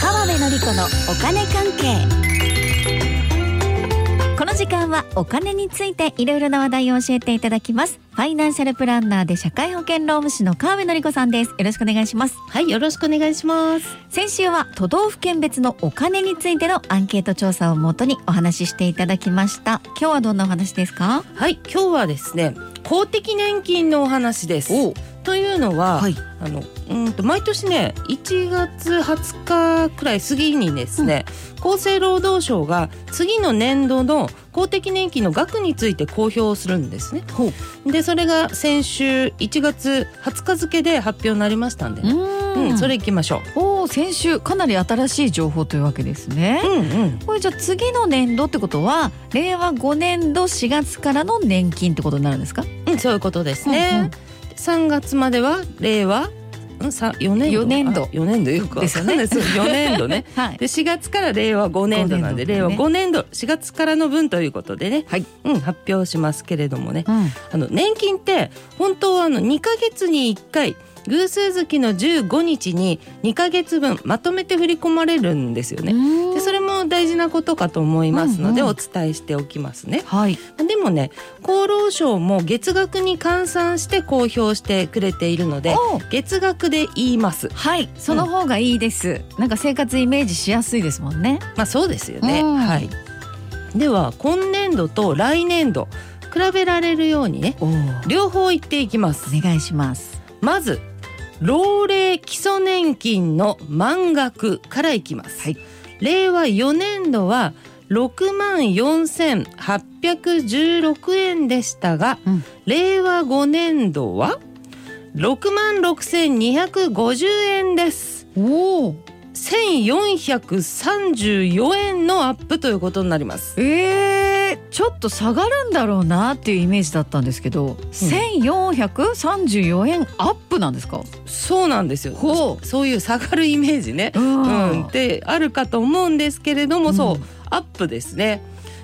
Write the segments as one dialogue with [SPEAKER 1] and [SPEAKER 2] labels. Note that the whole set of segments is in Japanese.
[SPEAKER 1] 子のお金関係この時間はお金についていろいろな話題を教えていただきますファイナンシャルプランナーで社会保険労務士の川辺典子さんですよろしくお願いします
[SPEAKER 2] はい、よろしくお願いします。
[SPEAKER 1] 先週は都道府県別のお金についてのアンケート調査をもとにお話ししていただきました今日はどんなお話ですか
[SPEAKER 2] はい、今日はですね、公的年金のお話です。というのは、
[SPEAKER 3] はい
[SPEAKER 2] あのうーんと毎年ね1月20日くらい過ぎにですね、厚生労働省が次の年度の公的年金の額について公表するんですね。でそれが先週1月20日付で発表になりましたんで、ねうんそれいきましょ
[SPEAKER 3] おお先週かなり新しい情報というわけですね
[SPEAKER 2] う。。うんうん
[SPEAKER 3] これじゃあ次の年度ってことは令和5年度4月からの年金ってことになるんですか
[SPEAKER 2] うん、そういうことですね。三月までは令和、うん、さ、四年度。
[SPEAKER 3] 四年度
[SPEAKER 2] あ四年度よくわかんない。ですよね。四年 度ね。
[SPEAKER 3] はい
[SPEAKER 2] で、四月から令和五年度なんで、
[SPEAKER 3] 五年
[SPEAKER 2] 令
[SPEAKER 3] 度
[SPEAKER 2] 和
[SPEAKER 3] ね
[SPEAKER 2] 五年度、四月からの分ということでね。
[SPEAKER 3] はい。
[SPEAKER 2] うん、発表しますけれどもね。
[SPEAKER 3] うん
[SPEAKER 2] あの年金って本当はあの2ヶ月に1回偶数月の15日に2ヶ月分まとめて振り込まれるんですよね。でそれも大事なことかと思いますので
[SPEAKER 3] うんう
[SPEAKER 2] お
[SPEAKER 3] ん
[SPEAKER 2] 伝えしておきますね。
[SPEAKER 3] はい
[SPEAKER 2] でもね厚労省も月額に換算して公表してくれているので
[SPEAKER 3] おー
[SPEAKER 2] 月額で言います
[SPEAKER 3] はいその方がいいです、なんか生活イメージしやすいですもんね
[SPEAKER 2] まあそうですよね、
[SPEAKER 3] うん
[SPEAKER 2] はいでは今年度と来年度比べられるようにね
[SPEAKER 3] おお
[SPEAKER 2] 両方言っていきます
[SPEAKER 3] 願いします
[SPEAKER 2] まず老齢基礎年金の満額からいきます、
[SPEAKER 3] はい
[SPEAKER 2] 令和4年度は6万4816円でしたが、
[SPEAKER 3] うん
[SPEAKER 2] 令和5年度は6万6250円です
[SPEAKER 3] おお
[SPEAKER 2] 1434円のアップということになります
[SPEAKER 3] えー、ちょっと下がるんだろうなっていうイメージだったんですけど、1434円アップなんですか
[SPEAKER 2] そうなんですよ
[SPEAKER 3] ほう
[SPEAKER 2] そういう下がるイメージね
[SPEAKER 3] うん
[SPEAKER 2] うん、ってあるかと思うんですけれども、そう
[SPEAKER 3] うん
[SPEAKER 2] アップですね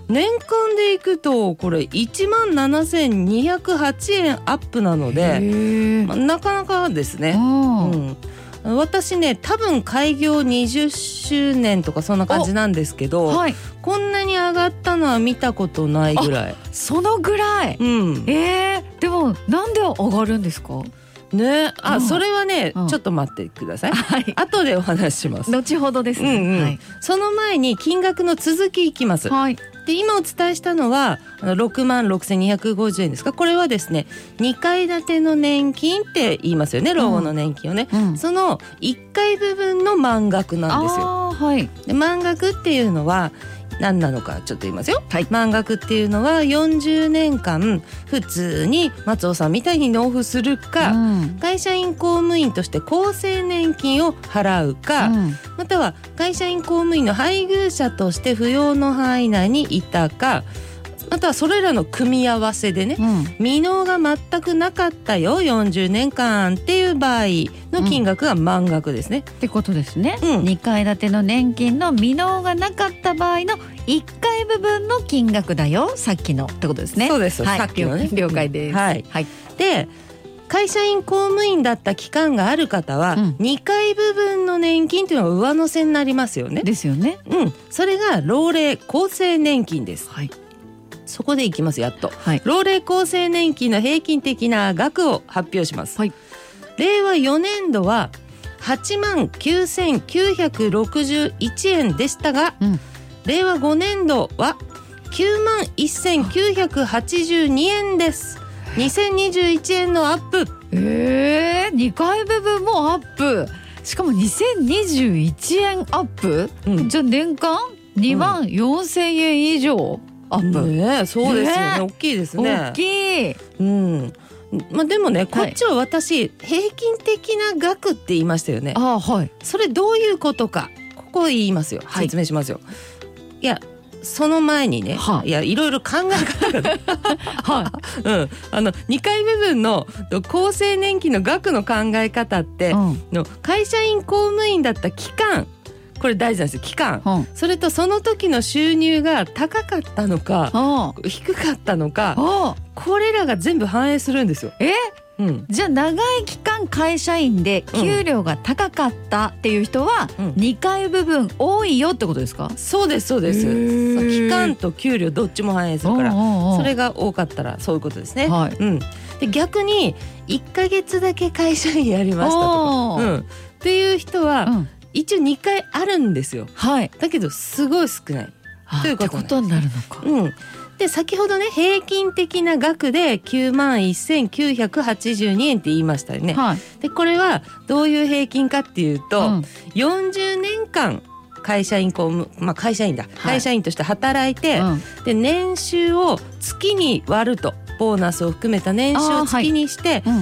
[SPEAKER 2] 年間でいくとこれ1万7208円アップなので、
[SPEAKER 3] へー
[SPEAKER 2] まあ、なかなかです
[SPEAKER 3] う
[SPEAKER 2] ね、
[SPEAKER 3] ん
[SPEAKER 2] うん、私ね多分開業20周年とかそんな感じなんですけど
[SPEAKER 3] はい
[SPEAKER 2] こんなに上がったのは見たことないぐらい、
[SPEAKER 3] そのぐらい
[SPEAKER 2] うん、
[SPEAKER 3] えー、でもなんで上がるんですか
[SPEAKER 2] ねあ、
[SPEAKER 3] うん
[SPEAKER 2] それはね、
[SPEAKER 3] うん
[SPEAKER 2] ちょっと待ってください
[SPEAKER 3] はい
[SPEAKER 2] 後でお話しします
[SPEAKER 3] 後ほどですね、
[SPEAKER 2] うんうん
[SPEAKER 3] はい、
[SPEAKER 2] その前に金額の続きいきます
[SPEAKER 3] はい、
[SPEAKER 2] で今お伝えしたのは6万6250円ですかこれはですね2階建ての年金って言いますよね老後の年金をね、
[SPEAKER 3] うん
[SPEAKER 2] その1階部分の満額なんですよ。
[SPEAKER 3] あーはい
[SPEAKER 2] で満額っていうのは何なのかちょっと言いますよ、満額っていうのは40年間普通に松尾さんみたいに納付する
[SPEAKER 3] う
[SPEAKER 2] か、
[SPEAKER 3] ん
[SPEAKER 2] 会社員公務員として厚生年金を払うか、
[SPEAKER 3] うん
[SPEAKER 2] または会社員公務員の配偶者として扶養の範囲内にいたかまたはそれらの組み合わせでね
[SPEAKER 3] うん
[SPEAKER 2] 未納が全くなかったよ40年間っていう場合の金額が満額ですね。
[SPEAKER 3] ってことですね、
[SPEAKER 2] うん
[SPEAKER 3] 2階建ての年金の未納がなかった場合の1階部分の金額だよさっきのってことですね
[SPEAKER 2] そうです
[SPEAKER 3] はい、
[SPEAKER 2] さっきのね
[SPEAKER 3] 了解です、
[SPEAKER 2] はい
[SPEAKER 3] はい、
[SPEAKER 2] で会社員公務員だった期間がある方は、
[SPEAKER 3] うん
[SPEAKER 2] 2階部分の年金というのは上乗せになりますよね。
[SPEAKER 3] ですよね
[SPEAKER 2] うん、それが老齢厚生年金です。
[SPEAKER 3] はい
[SPEAKER 2] そこでいきますやっと、
[SPEAKER 3] はい
[SPEAKER 2] 老齢厚生年金の平均的な額を発表します、
[SPEAKER 3] はい
[SPEAKER 2] 令和4年度は8万9961円でしたが、
[SPEAKER 3] うん
[SPEAKER 2] 令和5年度は9万1982円です2021円のアップ
[SPEAKER 3] えー、2階部分もアップしかも2021円アップ、
[SPEAKER 2] うん
[SPEAKER 3] じゃあ年間2万4000円以上アップ、
[SPEAKER 2] ねえそうですよね
[SPEAKER 3] ねえ
[SPEAKER 2] 大きいですね
[SPEAKER 3] 大きい
[SPEAKER 2] うんまあ、でもねこ
[SPEAKER 3] はい
[SPEAKER 2] っちは私、平均的な額って言いましたよね
[SPEAKER 3] あーはい
[SPEAKER 2] それどういうことかここ言いますよ
[SPEAKER 3] はい
[SPEAKER 2] 説明しますよ、い、やその前にね、、
[SPEAKER 3] はい
[SPEAKER 2] やいろいろ考え方がね、
[SPEAKER 3] は
[SPEAKER 2] うん、あの2回部分の厚生年金の額の考え方って
[SPEAKER 3] い、う、ん
[SPEAKER 2] の会社員公務員だった期間これ大事なんですよ期間
[SPEAKER 3] うん
[SPEAKER 2] それとその時の収入が高かったのか
[SPEAKER 3] あー
[SPEAKER 2] 低かったのか
[SPEAKER 3] あー
[SPEAKER 2] これらが全部反映するんですよ。
[SPEAKER 3] え
[SPEAKER 2] うん、
[SPEAKER 3] じゃあ長い期間会社員で
[SPEAKER 2] うん
[SPEAKER 3] 給料が高かったっていう人は
[SPEAKER 2] うん
[SPEAKER 3] 2階部分多いよってことですか、
[SPEAKER 2] そうですそうで
[SPEAKER 3] へー
[SPEAKER 2] すそう期間と給料どっちも反映するからそ
[SPEAKER 3] そ
[SPEAKER 2] れが多かったらそういうことですね、
[SPEAKER 3] はい
[SPEAKER 2] うん、で逆に1ヶ月だけ会社員やりましたと
[SPEAKER 3] お
[SPEAKER 2] か、
[SPEAKER 3] ー
[SPEAKER 2] うん、っていう人は、
[SPEAKER 3] うん
[SPEAKER 2] 一応2回あるんですよ
[SPEAKER 3] はい
[SPEAKER 2] だけどすごい少ない、
[SPEAKER 3] あ
[SPEAKER 2] という
[SPEAKER 3] っ
[SPEAKER 2] こ
[SPEAKER 3] て
[SPEAKER 2] とね
[SPEAKER 3] ことになるのか、
[SPEAKER 2] うん、で先ほどね平均的な額で9万1982円って言いましたよね
[SPEAKER 3] はい、
[SPEAKER 2] でこれはどういう平均かっていうと、
[SPEAKER 3] うん
[SPEAKER 2] 40年間会社員公務、まあ、会社員だ、会社員として働いて、
[SPEAKER 3] うん
[SPEAKER 2] で年収を月に割るとボーナスを含めた年収
[SPEAKER 3] あ
[SPEAKER 2] を
[SPEAKER 3] ーはい
[SPEAKER 2] 月にして、
[SPEAKER 3] うん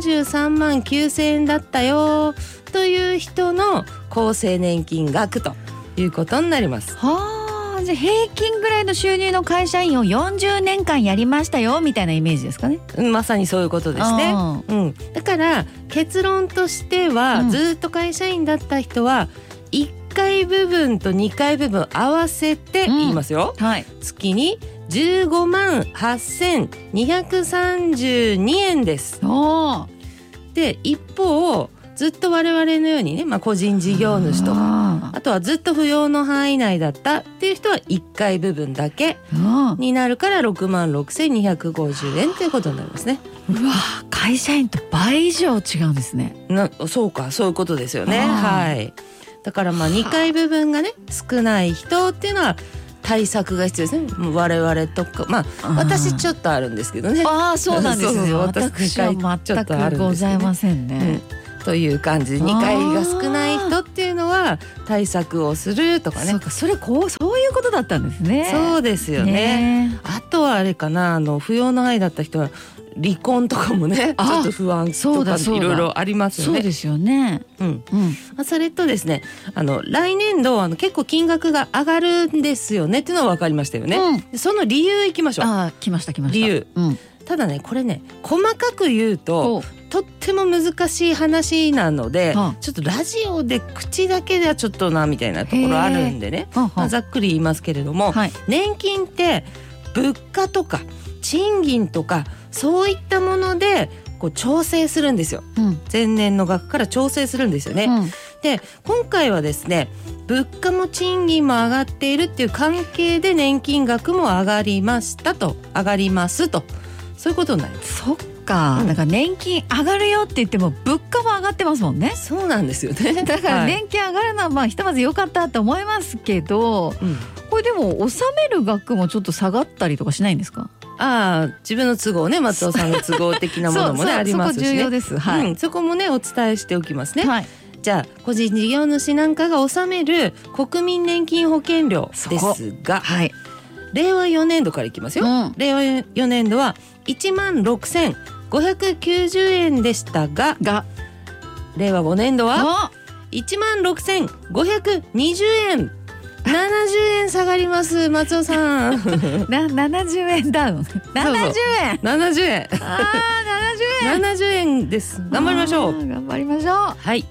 [SPEAKER 2] 43万9,000円だったよという人の厚生年金額ということになります。
[SPEAKER 3] はあじゃあ平均ぐらいの収入の会社員を40年間やりましたよみたいなイメージですかね。
[SPEAKER 2] うんまさにそういうことですね。
[SPEAKER 3] あ
[SPEAKER 2] うん、だから結論としては、
[SPEAKER 3] うん
[SPEAKER 2] ずっと会社員だった人は1回部分と2回部分合わせて
[SPEAKER 3] うん
[SPEAKER 2] 言いますよ、
[SPEAKER 3] ーはい、
[SPEAKER 2] 月に15万8232円です。
[SPEAKER 3] お
[SPEAKER 2] で一方ずっと我々のようにね、まあ、個人事業主とか
[SPEAKER 3] か
[SPEAKER 2] あとはずっと扶養の範囲内だったっていう人は1回部分だけになるから6万6250円ということになりますね。
[SPEAKER 3] うわ会社員と倍以上違うんですね。
[SPEAKER 2] なそうかそういうことですよね。
[SPEAKER 3] あー
[SPEAKER 2] はい。だからまあ2回部分がね少ない人っていうのは対策が必要ですね。もう我々とかまあ私ち
[SPEAKER 3] ょっ
[SPEAKER 2] ょっとあるんですけどね。
[SPEAKER 3] ああそうなんです
[SPEAKER 2] そうそう
[SPEAKER 3] ね。
[SPEAKER 2] そう
[SPEAKER 3] 私は
[SPEAKER 2] ちょ
[SPEAKER 3] 全
[SPEAKER 2] っとある
[SPEAKER 3] く
[SPEAKER 2] んですけ
[SPEAKER 3] ござ
[SPEAKER 2] どね
[SPEAKER 3] いません
[SPEAKER 2] う
[SPEAKER 3] ね
[SPEAKER 2] ん。という感じで2回が少ない人っていうのは対策をするとかね
[SPEAKER 3] そうかそれこうそういうことだったんですね。
[SPEAKER 2] そう
[SPEAKER 3] う
[SPEAKER 2] ですよねあとはあれかなあの扶養の愛だった人は離婚とかもねち
[SPEAKER 3] あ
[SPEAKER 2] ょっと不安
[SPEAKER 3] そ
[SPEAKER 2] と
[SPEAKER 3] うだ
[SPEAKER 2] か
[SPEAKER 3] そう
[SPEAKER 2] い
[SPEAKER 3] だ
[SPEAKER 2] ろいろありますよ
[SPEAKER 3] そう
[SPEAKER 2] ね。
[SPEAKER 3] ですよね。
[SPEAKER 2] うん
[SPEAKER 3] うん、
[SPEAKER 2] まあそれとですねあの来年度あの結構金額が上がるんですよねっていうのは分かりましたよね。
[SPEAKER 3] うん
[SPEAKER 2] でその理由いきましょう。
[SPEAKER 3] ああ来ました来ました。
[SPEAKER 2] 理由
[SPEAKER 3] うん、
[SPEAKER 2] ただねこれね細かく言うと
[SPEAKER 3] お
[SPEAKER 2] とっても難しい話なので
[SPEAKER 3] はあ
[SPEAKER 2] ちょっとラジオで口だけではちょっとなみたいなところあるんでね、
[SPEAKER 3] は
[SPEAKER 2] まあ、
[SPEAKER 3] は
[SPEAKER 2] ざっくり言いますけれども、
[SPEAKER 3] はい
[SPEAKER 2] 年金って物価とか賃金とかそういったものでこう調整するんですよ
[SPEAKER 3] うん
[SPEAKER 2] 前年の額から調整するんですよね、
[SPEAKER 3] うん
[SPEAKER 2] で今回はですね物価も賃金も上がっているっていう関係で年金額も上がりましたと上がりますとそういうことになります
[SPEAKER 3] そっか、
[SPEAKER 2] うん
[SPEAKER 3] だから年金上がるよって言っても物価も上がってますもんね。
[SPEAKER 2] そうなんですよね
[SPEAKER 3] だから
[SPEAKER 2] はい
[SPEAKER 3] 年金上がるのはまあひとまず良かったと思いますけど、
[SPEAKER 2] うん
[SPEAKER 3] これでも納める額もちょっと下がったりとかしないんですか？
[SPEAKER 2] ああ自分の都合ね松尾さんの都合的なものもね
[SPEAKER 3] そう
[SPEAKER 2] ありますし
[SPEAKER 3] そこ重要
[SPEAKER 2] ね
[SPEAKER 3] です。はい。
[SPEAKER 2] うん、そこもねお伝えしておきますね、
[SPEAKER 3] はい。
[SPEAKER 2] じゃあ個人事業主なんかが納める国民年金保険料ですが
[SPEAKER 3] はい。
[SPEAKER 2] 令和4年度からいきますよ、
[SPEAKER 3] うん
[SPEAKER 2] 令和4年度は1万6590円でしたが
[SPEAKER 3] が、
[SPEAKER 2] 令和5年度は
[SPEAKER 3] あ、
[SPEAKER 2] 1万6520円70円下がります松尾さん
[SPEAKER 3] な七十円ダウン。七十円。
[SPEAKER 2] 70円
[SPEAKER 3] ああ七十円。
[SPEAKER 2] 70円です頑張りましょ
[SPEAKER 3] あ
[SPEAKER 2] う
[SPEAKER 3] ー頑張りましょう。
[SPEAKER 2] はい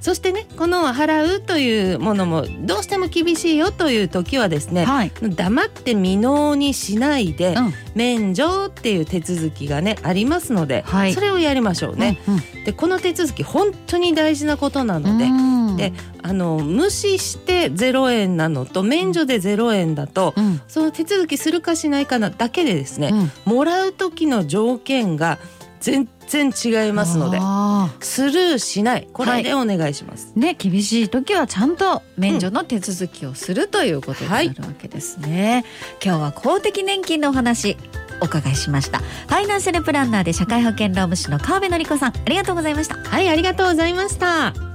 [SPEAKER 2] そしてねこの払うというものもどうしても厳しいよという時はですね
[SPEAKER 3] はい。
[SPEAKER 2] 黙って未納にしないで
[SPEAKER 3] うん
[SPEAKER 2] 免除っていう手続きがねありますので、
[SPEAKER 3] はい
[SPEAKER 2] それをやりましょうね。。でこの手続き本当に大事なことな
[SPEAKER 3] う
[SPEAKER 2] ので、
[SPEAKER 3] ん。
[SPEAKER 2] であの無視して0円なのと免除で0円だと、
[SPEAKER 3] うん。
[SPEAKER 2] その手続きするかしないかなだけでですね、
[SPEAKER 3] うん
[SPEAKER 2] もらう時の条件が全然違いますので
[SPEAKER 3] あー
[SPEAKER 2] スルーしないこれでお願いします。
[SPEAKER 3] ね、厳しい時はちゃんと免除の手続きをするということにな
[SPEAKER 2] はい
[SPEAKER 3] るわけですね、今日は公的年金のお話お伺いしましたファイナンシャルプランナーで社会保険労務士の川辺典子さんありがとうございました
[SPEAKER 2] はい、ありがとうございました。